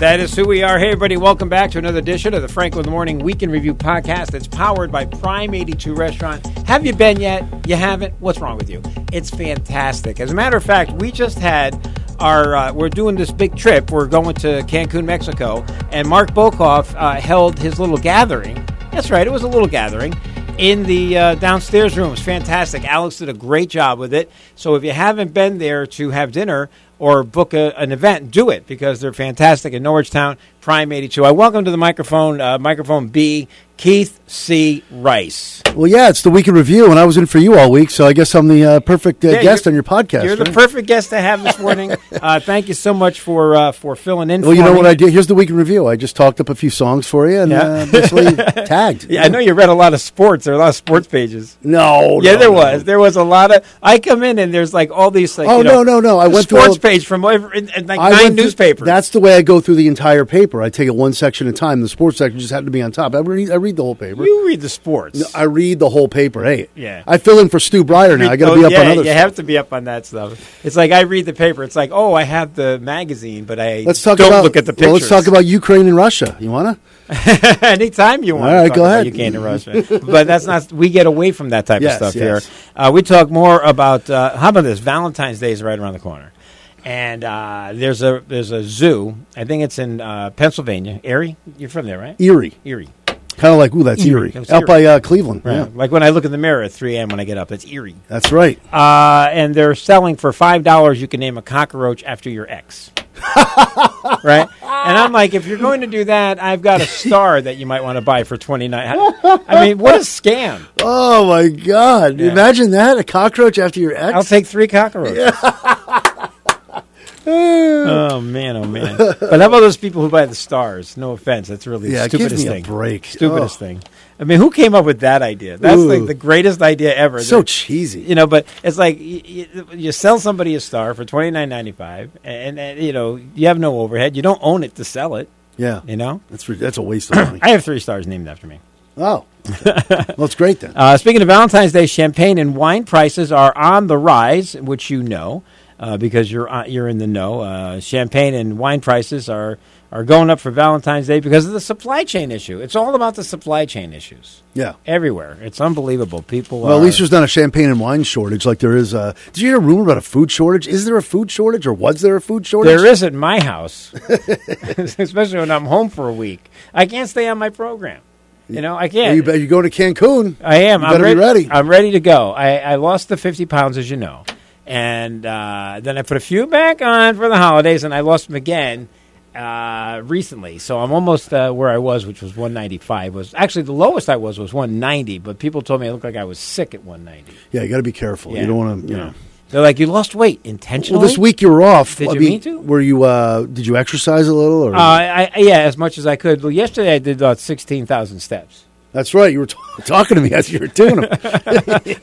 That is who we are. Hey, everybody, welcome back to another edition of the Franklin in the Morning Weekend Review podcast that's powered by Prime 82 Restaurant. Have you been yet? You haven't? What's wrong with you? It's fantastic. As a matter of fact, we just had our, uh, we're doing this big trip. We're going to Cancun, Mexico, and Mark Bokoff uh, held his little gathering. That's right, it was a little gathering in the uh, downstairs room. It's fantastic. Alex did a great job with it. So if you haven't been there to have dinner or book a, an event, do it because they're fantastic in Norrichtown, Prime 82. I welcome to the microphone, uh, microphone B, Keith C. Rice. Well, yeah, it's the weekend review, and I was in for you all week, so I guess I'm the uh, perfect uh, Yeah, guest you're- on your podcast. You're the right? perfect guest to have this morning. uh, thank you so much for uh, for filling in. well, you for know me. what I did? Here's the weekend review. I just talked up a few songs for you and Yeah. uh, basically tagged. Yeah, I know you read a lot of sports. There are a lot of sports pages. No, yeah, no, there no. was. There was a lot of. I come in and there's like all these. Like, Oh, you know, no, no, no. I the went through sports all- page from over, and, and like nine I went through- newspapers. that's the way I go through the entire paper. I take it one section at a time. The sports section just happened to be on top. I read, I read the whole paper. you read the sports. I read the whole paper. Hey, Yeah. Oh, I fill in for Stu Breyer now. I got to be up yeah, on other. You stuff. have to be up on that stuff. It's like I read the paper. It's like, oh, I have the magazine, but I Let's talk don't about. look at the pictures. well, let's talk about Ukraine and Russia. You wanna? Anytime you want. All to right, talk go about ahead. Ukraine and Russia, but that's not. We get away from that type Yes, of stuff yes. here. Uh, we talk more about uh, how about this? Valentine's Day is right around the corner, and uh, there's a there's a zoo. I think it's in uh, Pennsylvania. Erie, you're from there, right? Eerie. Erie. Kind of like, ooh, that's Eerie. eerie. That's Out by uh, Cleveland. Right. Yeah. Like when I look in the mirror at 3 a.m. when I get up, it's eerie. That's right. Uh, and they're selling for five dollars. You can name a cockroach after your ex, right? And I'm like, if you're going to do that, I've got a star that you might want to buy for twenty nine. I mean, what a scam! Oh my God! Yeah. Imagine that—a cockroach after your I'll ex. take three cockroaches. Uh, oh man, oh man! But how about those people who buy the stars? No offense, that's really Yeah, the give stupidest me a thing. break. Stupidest Ugh. thing. I mean, who came up with that idea? That's like Ooh. the greatest idea ever. Oh, so They're- cheesy. you know but it's like you, you sell somebody a star for twenty nine ninety five and, and you know you have no overhead you don't own it to sell it yeah, you know that's re- that's a waste of money. i have three stars named after me oh, well, it's great then. uh, speaking of valentine's day champagne and wine prices are on the rise which you know uh, because you're on, you're in the know uh, champagne and wine prices are are going up for valentine's day because of the supply chain issue it's all about the supply chain issues yeah. everywhere it's unbelievable people Well, are, at least there's not a champagne and wine shortage like there is. Uh, did you hear a rumor about a food shortage? Is there a food shortage, or was there a food shortage? There is at my house, especially when I'm home for a week. I can't stay on my program. You know, I Well, can't. you bet you go to Cancun. I am. You I'm better ready, be ready. I'm ready to go. I, I lost the 50 pounds, as you know, and uh, then I put a few back on for the holidays, and I lost them again uh, recently. So I'm almost uh, where I was, which was 195. Was actually the lowest I was was 190, but people told me I looked like I was sick at 190. yeah, you got to be careful. Yeah. You don't want to. You Yeah. know. They're like, you lost weight intentionally. Well, this week you were off. Did I you mean, mean to? Were you? Uh, did you exercise a little? Or Uh, I, I- yeah, as much as I could. Well, yesterday I did about 16,000 steps. that's right. You were t- talking to me as you were doing it.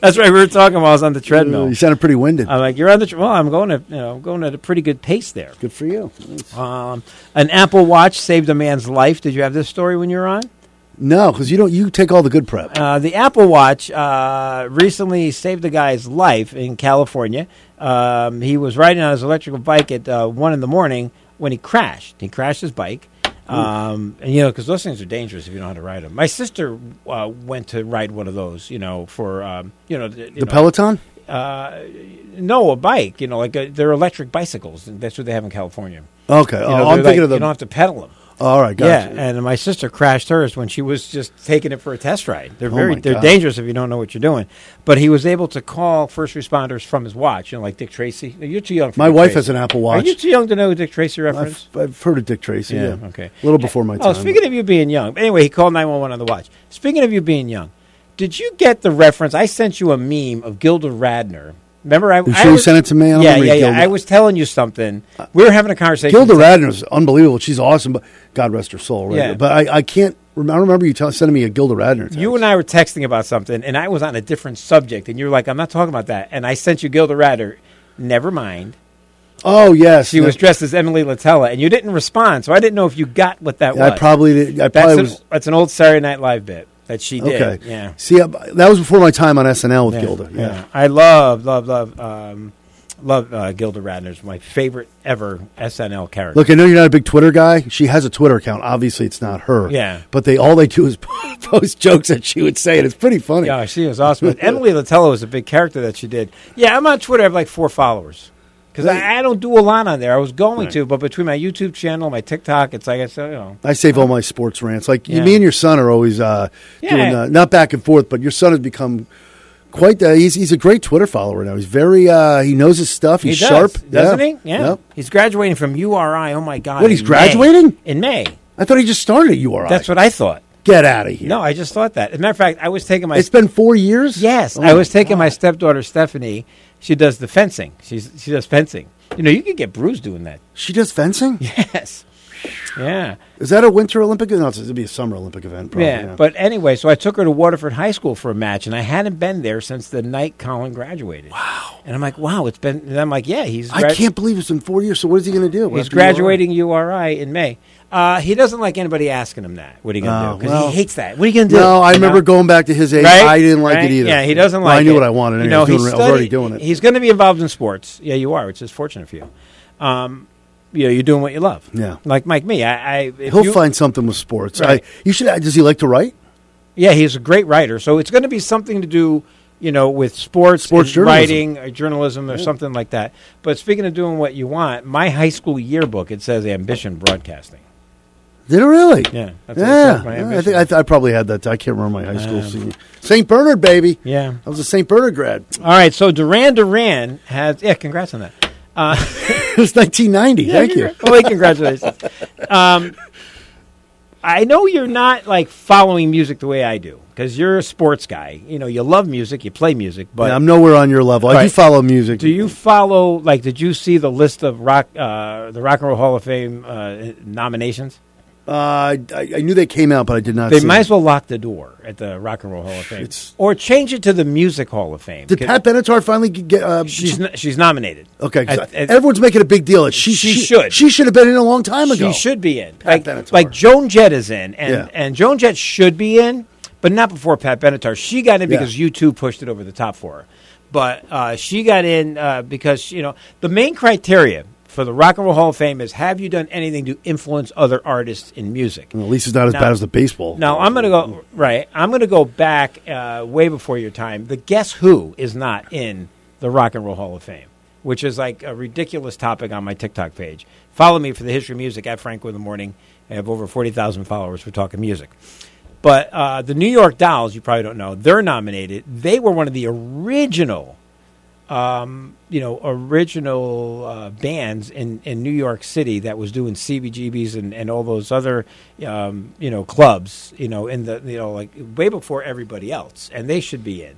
That's right. We were talking while I was on the treadmill. you sounded pretty winded. I'm like, you're on the, tre- well, I'm going at, you know, I'm going at a pretty good pace there. Good for you. Um, an Apple Watch saved a man's life. Did you have this story when you were on? No, because you don't. You take all the good prep. Uh, the Apple Watch uh, recently saved a guy's life in California. Um, he was riding on his electrical bike at uh, one in the morning when he crashed. He crashed his bike, um, and you know because those things are dangerous if you don't know how to ride them. My sister uh, went to ride one of those, you know, for um, you know th- you the know, Peloton. no, a bike, you know, like uh they're electric bicycles. That's what they have in California. Okay. You oh, know, I'm they're thinking like- of the. You don't have to pedal them. oh, all right. Gotcha. Yeah, and my sister crashed hers when she was just taking it for a test ride. They're very Oh my they're God. dangerous if you don't know what you're doing. But he was able to call first responders from his watch, you know, like Dick Tracy. You're too young. For My Dick wife Tracy. has an Apple Are you Watch. too young to know Dick Tracy reference? I've, I've heard of Dick Tracy. Yeah, Yeah. okay. A little before my time. oh, speaking of you being young. but Anyway, he called nine one one on the watch. Speaking of you being young, did you get the reference? I sent you a meme of Gilda Radner. Remember, I, You I sure you was- sent it to me? I don't yeah, remember yeah, yeah. Gilda. I was telling you something. We were having a conversation. Gilda Radner is unbelievable. She's awesome, but God rest her soul. Right. Yeah. But I, I can't. Rem- I remember you tell sending me a Gilda Radner. Text. You and I were texting about something, and I was on a different subject, and you were like, "I'm not talking about that." And I sent you Gilda Radner. Never mind. Oh yes, She was dressed as Emily Latella, and you didn't respond, so I didn't know if you got what that was. I probably. Did, I that's probably an, was. that's an old Saturday Night Live bit that she did. Okay. Yeah. See, I, that was before my time on SNL with Yeah, Gilda. Yeah. I love, love, love um, Love uh, Gilda Radner's my favorite ever SNL character. Look, I know you're not a big Twitter guy. She has a Twitter account. Obviously, it's not her. Yeah. But they all they do is post jokes that she would say, and it's pretty funny. Yeah, she was awesome. And Emily Latello was a big character that she did. Yeah, I'm on Twitter. I have like four followers because I, I don't do a lot on there. I was going Right. to, but between my YouTube channel, my TikTok, it's like I said, you know, I save all my sports rants. Like you Yeah. me and your son are always uh, doing Yeah. uh, not back and forth, but your son has become quite. Uh, he's he's a great Twitter follower now. He's very uh, he knows his stuff. He's does, sharp, doesn't Yeah. he? Yeah, Yep. he's graduating from URI. Oh my God! What, he's in May. graduating? in May. I thought he just started at URI. That's what I thought. Get out of here. No, I just thought that. As a matter of fact, I was taking my It's been four years. Yes, Oh, I was taking my stepdaughter Stephanie. She does the fencing. She's she does fencing. You know, you could get bruised doing that. She does fencing. Yes. Yeah. Is that a Winter Olympic? No, it's, it'd be a Summer Olympic event. Probably, yeah. But anyway, so I took her to Waterford High School for a match, and I hadn't been there since the night Colin graduated. Wow. And I'm like, wow, it's been. And I'm like, yeah, he's. I gra- can't believe it's been four years. So what is he going to do? He's After URI? graduating URI in May. Uh, he doesn't like anybody asking him that. What are you going to Oh, do? Because well. he hates that. What are you going to do? No, I You know? remember going back to his age. Right? I didn't like Right? it either. Yeah, he doesn't Well, like. I knew it. what I wanted. You Anyway. know, I was, doing, he's I was already studying- doing it. He's going to be involved in sports. Yeah, you are, which is fortunate for you. Um, you know, you're doing what you love. Yeah. like Mike, me. I, I if He'll you- find something with sports. Right. I, you should. Does he like to write? Yeah, he's a great writer. So it's going to be something to do, you know, with sports, Sports and journalism. writing, or journalism, or something like that. But speaking of doing what you want, my high school yearbook it says ambition broadcasting. Did he really? Yeah, that's what it yeah. says, my yeah, I ambition. Um, think I, th- I probably had that. I can't remember my high school senior. St. Bernard, baby. Yeah. I was a St. Bernard grad. All right. So Duran Duran has. Yeah, congrats on that. Uh, it was 1990. Thank you. Oh, wait, congratulations. um, I know you're not like following music the way I do because you're a sports guy. You know, you love music, you play music, but Yeah, I'm nowhere on your level. I do Right. follow music. do you follow? Like, did you see the list of rock, uh, the Rock and Roll Hall of Fame uh, nominations? Uh, I, I knew they came out, but I did not. They see might them. as well lock the door at the Rock and Roll Hall of Fame, It's- or change it to the Music Hall of Fame. Did 'cause Pat Benatar finally get? Uh, She's n- she's nominated. okay. 'cause I- I- everyone's making a big deal. that She, She should. She should have been in a long time she ago. should be in. Like, Benatar. like Joan Jett is in, and, Yeah. and Joan Jett should be in, but not before Pat Benatar. She got in Yeah. because you two pushed it over the top for her. But uh, she got in uh, because, you know, the main criteria for the Rock and Roll Hall of Fame is have you done anything to influence other artists in music? Well, at least it's not as Now- bad as the baseball. Now, I'm going to go, right, I'm going to go back uh, way before your time. The Guess Who is not in the Rock and Roll Hall of Fame, which is like a ridiculous topic on my TikTok page. Follow me for the history of music at Franco in the Morning. I have over 40,000 followers for talking music. But uh, the New York Dolls, you probably don't know, they're nominated. They were one of the original you know original uh, bands in, in New York City that was doing CBGBs and, and all those other um, you know clubs you know in the you know like way before everybody else and they should be in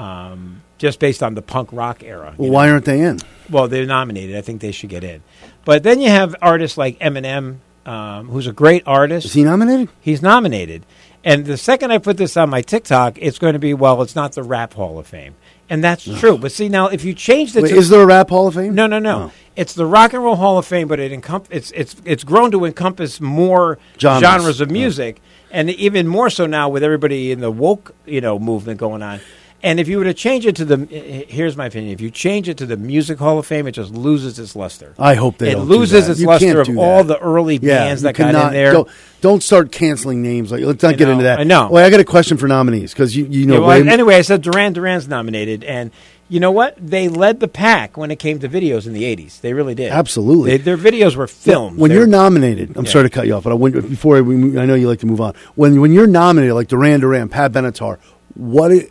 um, just based on the punk rock era. you Well, why aren't they in? well, they're nominated. I think they should get in. But then you have artists like Eminem, um, who's a great artist. Is he nominated? He's nominated. And the second I put this on my TikTok, it's going to be well, it's not the Rap Hall of Fame, and that's true. But see, now if you change the Wait, to- is there a rap Hall of Fame? no, no, no. Oh. It's the Rock and Roll Hall of Fame, but it encom- it's it's it's grown to encompass more Genres. genres, of music, and even more so now with everybody in the woke you know movement going on. And if you were to change it to the, eh, eh, here's my opinion: if you change it to the Music Hall of Fame, it just loses its luster. I hope they it don't do loses that. its You can't luster of do all that. the early Yeah, bands you that got cannot- in there. Don't, don't start canceling names. Like, let's not I get know, into that. I know. Well, I got a question for nominees because you, you know. Yeah, well, Wayne- anyway, I said Duran Duran's nominated, and you know what? They led the pack when it came to videos in the '80s. They really did. Absolutely. They- their videos were filmed. when They you're were- nominated, I'm Yeah. sorry to cut you off, but I went, before we, move- I know you like to move on. When when you're nominated, like Duran Duran, Pat Benatar, what? i-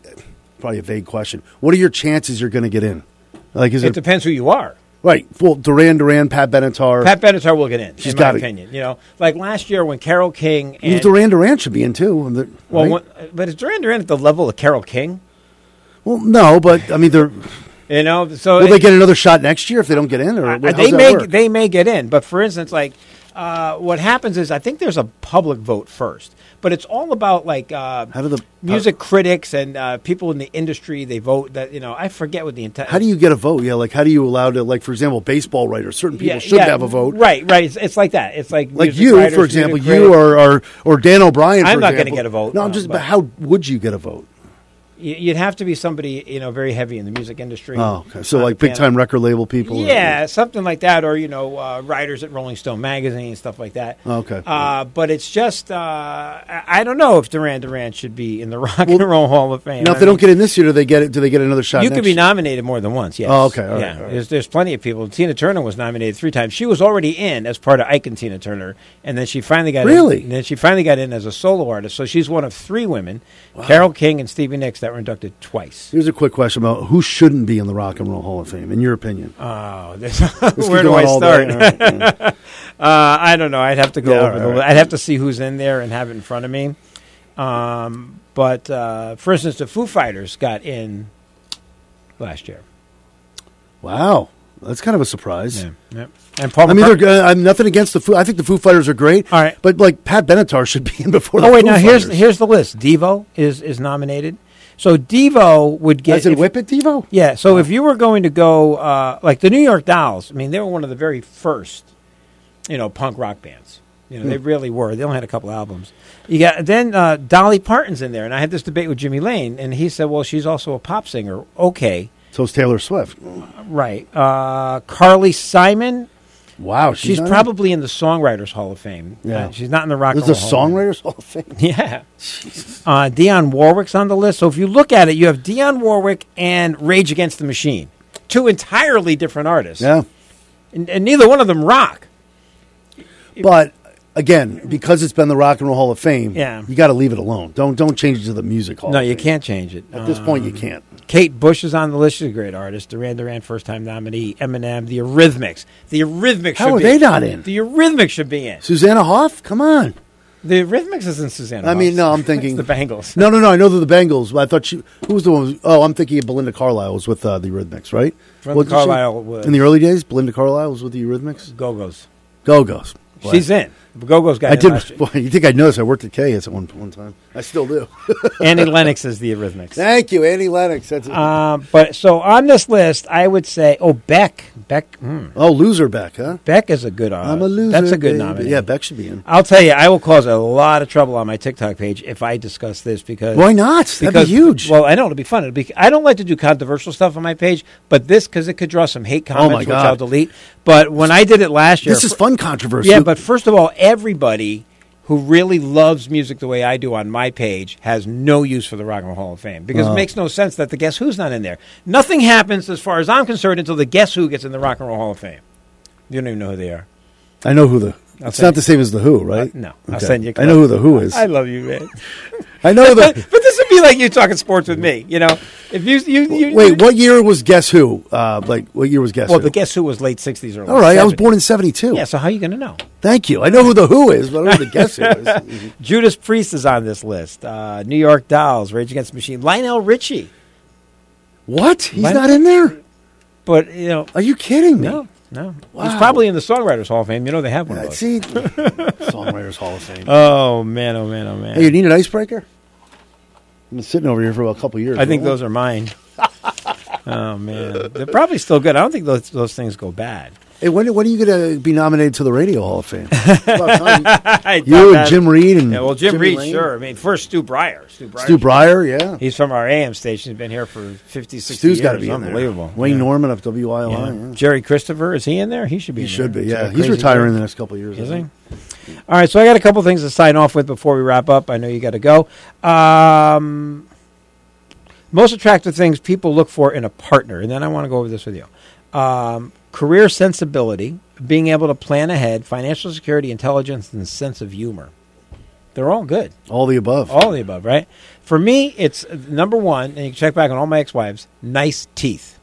probably a vague question. What are your chances you're going to get in? Like, is it it, depends who you are. right? Well, Duran Duran, Pat Benatar, Pat Benatar will get in. She's in my gotta- opinion, you know, like last year when Carol King Even and Duran Duran should be in too. and the- well, right? when- but is Duran Duran at the level of Carol King? well, no, but I mean, they're, You know, so will they it- get another shot next year if they don't get in? Or I- how's they that may work? they may get in, but for instance, like uh, what happens is I think there's a public vote first, but it's all about like uh, How do the- music critics and uh, people in the industry they vote that you know I forget what the intent. How do you get a vote? Yeah, like how do you allow to like for example, baseball writers, certain people should have a vote. Right, right. It's, it's like that. It's like Like music you, writers, for music example, critics. you or, or or Dan O'Brien. for I'm not gonna example. get a vote, No, I'm no, just. But but- how would you get a vote? y- you'd have to be somebody you know very heavy in the music industry. Oh, okay. so Uh, like big and- time record label people. or- yeah, something like that, or you know, uh, writers at Rolling Stone magazine stuff like that. Oh, Okay. uh, but it's just uh, I I don't know if Duran Duran should be in the Rock and Roll Hall of Fame. Now, if I they mean, don't get in this year, do they get it? Do they get another shot? you next could be year? nominated more than once. Yes. Oh, okay, all right, yeah. all right. There's there's plenty of people. Tina Turner was nominated three times. She was already in as part of Ike and Tina Turner, and then she finally got Really? In, and then she finally got in as a solo artist. So she's one of three women, Carol King and Stevie Nicks, that were inducted twice. Here's a quick question about who shouldn't be in the Rock and Roll Hall of Fame, in your opinion. Oh, this, This could where go do I on all day. start? All right, yeah. Uh, I don't know. I'd have to go Yeah, all over right, the. all li- right. I'd have to see who's in there and have it in front of me. Um, but uh, for instance, the Foo Fighters got in last year. Wow, that's kind of a surprise. Yeah. Yep. And Paul. I mean, McCartney- they're, good. I'm nothing against the Foo. I think the Foo Fighters are great. All right. but like Pat Benatar should be in before. oh the wait, Foo now Fighters. here's here's the list. Devo is is nominated. So Devo would get. As in if- Whip It Devo. Yeah. So if you were going to go, uh, like the New York Dolls, I mean, they were one of the very first, you know, punk rock bands. You know, they really were. They only had a couple albums. You got then uh, Dolly Parton's in there, and I had this debate with Jimmy Lane, and he said, "Well, she's also a pop singer." Okay, So it's Taylor Swift. right. Uh, Carly Simon, Wow, she's, not in? probably in the Songwriters Hall of Fame. Yeah. Uh, she's not in the Rock. This is and a Roll Hall of Fame. songwriters Hall of Fame. Yeah. Uh, Dionne Warwick's on the list. So if you look at it, you have Dionne Warwick and Rage Against the Machine, two entirely different artists, Yeah, and, and neither one of them rock. but again, because it's been the Rock and Roll Hall of Fame, Yeah. you got to leave it alone. Don't don't change it to the music hall. No, of you Fame. can't change it. Oh, At this Uh, point, you can't. Kate Bush is on the list. She's a great artist. Duran Duran, first time nominee. Eminem, the Eurythmics. The Eurythmics. How should are be- they not in? The Eurythmics should be in. Susanna Hoff, come on. The Eurythmics isn't Susanna. I mean, Hoffs. no, I'm It's thinking- the Bangles. No, no, no. I know they're the Bengals. But I thought she. Who was the one? who- Oh, I'm thinking of Belinda Carlisle was with uh, the Eurythmics, right? Belinda Wasn't she- Carlisle was- in the early days. Belinda Carlisle was with the Eurythmics. Go Go's. Go Go's. She's in. Go Go's got I in last did. year. Boy, you think I noticed? I worked at KS at one one time. I still do. Annie Lennox is the Eurythmics. Thank you, Annie Lennox. That's it. Um, but so on this list, I would say, oh Beck, Beck, hmm, oh, loser Beck, huh? Beck is a good. Uh, I'm a loser. That's a good baby. nominee. Yeah, Beck should be in. I'll tell you, I will cause a lot of trouble on my TikTok page if I discuss this because Why not? That'd because be huge. Well, I know it'll be fun. It'll be, I don't like to do controversial stuff on my page, but this because it could draw some hate Oh my comments, which God. I'll delete. But when I did it last year, this is fr- fun controversy. yeah, but first of all, everybody who really loves music the way I do on my page has no use for the Rock and Roll Hall of Fame because it makes no sense that the Guess Who's not in there. Nothing happens, as far as I'm concerned, until the Guess Who gets in the Rock and Roll Hall of Fame. You don't even know who they are. I know who the. It's send not the same as the Who, right? Uh, No, I'll send you. a I know who clip. the Who is. I I, love you, man. know but, the. but this would be like you talking sports with me. You know, if you you, you you- Wait, what year was Guess Who? Uh, like, what year was Guess Well, Who? the Guess Who was late '60s or All right, I was born in '72. Yeah, so how are you going to know? Thank you. I know who the Who is, but I don't know who the Guess Who is. Mhm. Judas Priest is on this list. Uh, New York Dolls, Rage Against the Machine, Lionel Richie. What? He's Why- not in there? But you know, Are you kidding me? No, no. He's Wow. probably in the Songwriters Hall of Fame. You know they have one of Uh, those. see, Songwriters Hall of Fame. Oh man, oh man, oh man. hey, you need an icebreaker? I've been sitting over here for about a couple years. I think those are mine. oh man, they're probably still good. I don't think those those things go bad. Hey, when, when are you going to be nominated to the Radio Hall of Fame? It's about time. I you thought and that- Jim Reed and Yeah, well, Jim Jimmy Reed, Lane. sure. I mean, first Stu Breyer. Stu Breyer. Stu Breyer, yeah. He's from our AM station. He's been here for 50, 60 Stu's years. got to be in there. unbelievable. Wayne Yeah. Norman of WILI. Yeah. yeah. Jerry Christopher is he in there? He should be. He in should there. be. Is that Yeah, a he's crazy retiring kid? in the next couple of years. Is I he? think. All right, so I got a couple things to sign off with before we wrap up. I know you got to go. Um, most attractive things people look for in a partner, and then I want to go over this with you. Um, career sensibility, being able to plan ahead, financial security, intelligence, and sense of humor. They're all good. All the above. All of the above, right? For me, it's uh, number one, and you can check back on all my ex wives nice teeth.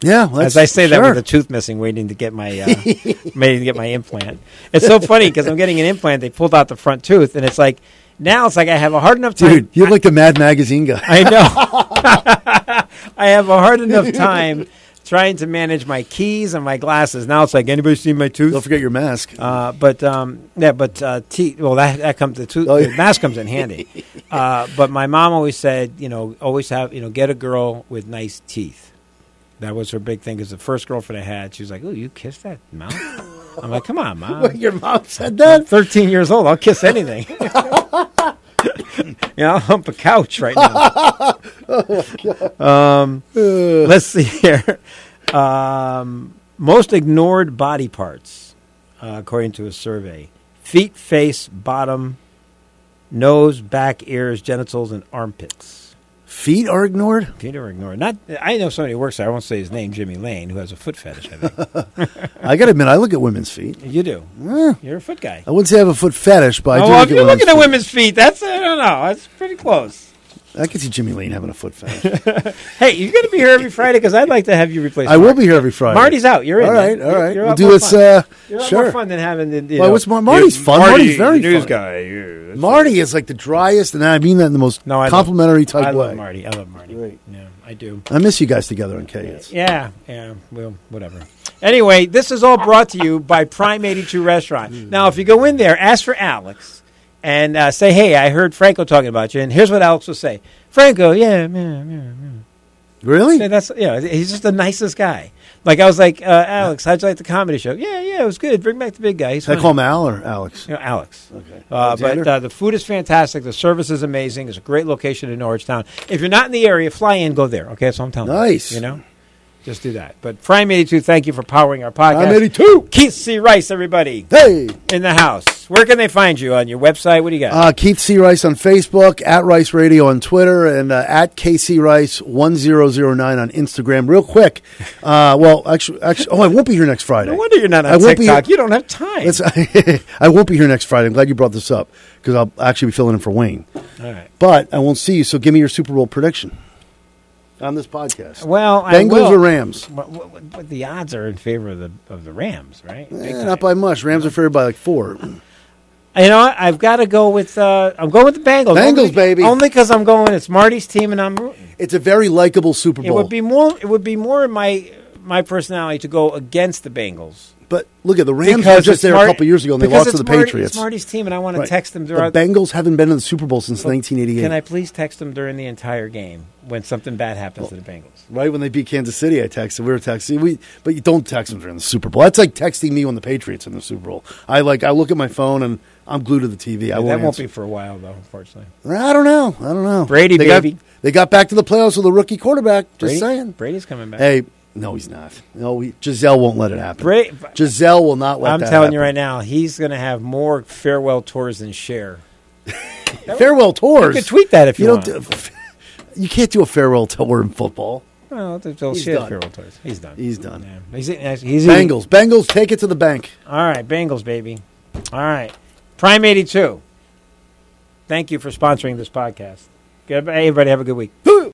yeah, well, As I say that sure. with a tooth missing, waiting to get my uh, waiting to get my implant. It's so funny because I'm getting an implant. They pulled out the front tooth, and it's like now it's like I have a hard enough time. dude, you're like the Mad Magazine guy. I know. I have a hard enough time trying to manage my keys and my glasses. Now it's like anybody seen my Don't tooth? forget your mask. Uh, but um, yeah, but uh, teeth. Well, that that comes the tooth. Oh, yeah. The mask comes in handy. Uh, but my mom always said, you know, always have you know, get a girl with nice teeth. That was her big thing. Because the first girlfriend I had, she was like, "Oh, you kissed that mouth." I'm like, "Come on, mom." your mom said I'm 13 years old. I'll kiss anything. You know, I'll hump a couch right now. um, let's see here. Um, most ignored body parts, uh, according to a survey: feet, face, bottom, nose, back, ears, genitals, and armpits. Feet are ignored. Feet are ignored. Not. I know somebody who works there. I won't say his name. Jimmy Lane, who has a foot fetish. I think I got to admit, I look at women's feet. you do. Eh, You're a foot guy. I wouldn't say I have a foot fetish, but I oh, do well, look if you're looking at women's at feet. women's feet, that's I don't know. That's pretty close. I could see Jimmy Lane having a foot fetish. Hey, you're going to be here every Friday because I'd like to have you replace. I will Mark. be here every Friday. Marty's out. You're in. All right, man. all You're- right. you're a We'll lot do more it's fun. uh, You're a lot more sure. fun than having the. You Why, know- what's Mar- Marty's fun. Marty's very news fun. guy. yeah, that's- Marty is like the driest, and I mean that in the most No, I love- complimentary I type love way. Marty. I love Marty. Yeah, I do. I miss you guys together on KS. Yeah, yeah. Well, whatever. Anyway, this is all brought to you by Prime 82 Restaurant. Hmm. Now, if you go in there, ask for Alex and uh, say, hey, I heard Franco talking about you. And here's what Alex will say Franco, yeah, yeah, yeah. Really? Yeah, that's yeah. He's just the nicest guy. Like I was like, uh, Alex, how'd you like the comedy show? Yeah, yeah, it was good. Bring back the big guy. He's Should I funny." call him Al or Alex? You know, Alex. Okay. Uh, but Alexander? uh, the food is fantastic. The service is amazing. It's a great location in Norwich Town. If you're not in the area, fly in, go there. Okay, that's what I'm telling you. Nice. You know, just do that. But Prime 82, thank you for powering our podcast. I'm 82. Keith C. Rice, everybody Hey. in the house. Where can they find you on your website? What do you got? Uh, Keith C. Rice on Facebook, at Rice Radio on Twitter, and uh, at KC Rice 1009 on Instagram. Real quick. Uh, well, actually, actually, oh, I won't be here next Friday. no wonder you're not on I won't be TikTok. here- You don't have time. That's- I won't be here next Friday. I'm glad you brought this up because I'll actually be filling in for Wayne. All right. But I won't see you, so give me your Super Bowl prediction on this podcast. Well, I Bengals will. or Rams? But, but, but the odds are in favor of the of the Rams, right? Eh, Big not time. by much. Rams are favored by like four. You know, what? I've got to go with. Uh, I'm going with the Bengals. Bengals, only, baby. Only because I'm going. It's Marty's team, and I'm. rooting. It's a very likable Super It Bowl. would be more. It would be more in my my personality to go against the Bengals. but look at the Rams were Because just it's there Mar- a couple years ago and they because lost to it's the Marty- Patriots. It's Marty's team, and I want Right. to text them the throughout. Bengals haven't been in the Super Bowl since 1988. Can I please text them during the entire game when something bad happens to the Bengals? Right when they beat Kansas City, I texted. We were texting. We, but you don't text them during the Super Bowl. That's like texting me when the Patriots in the Super Bowl. I like. I look at my phone and I'm glued to the TV. I that won't. won't answer. be for a while, though. Unfortunately, I don't know. I don't know. Brady, they baby. Got, they got back to the playoffs with a rookie quarterback. Just Brady- saying. Brady's coming back. Hey, no, he's not. No, we, Giselle won't let it happen. Bra- Giselle will not let. I'm that telling you right now, he's going to have more farewell tours than share. now. Farewell tours. You could tweet that if you, You don't. want. Do, you can't do a farewell tour in football. Well, they'll- they'll He's share done. farewell tours. He's done. He's done. Yeah. He's, he's eating- Bengals. Bengals take it to the bank. All right, Bengals, baby. All right. Prime 82. Thank you for sponsoring this podcast. Good- Everybody have a good week.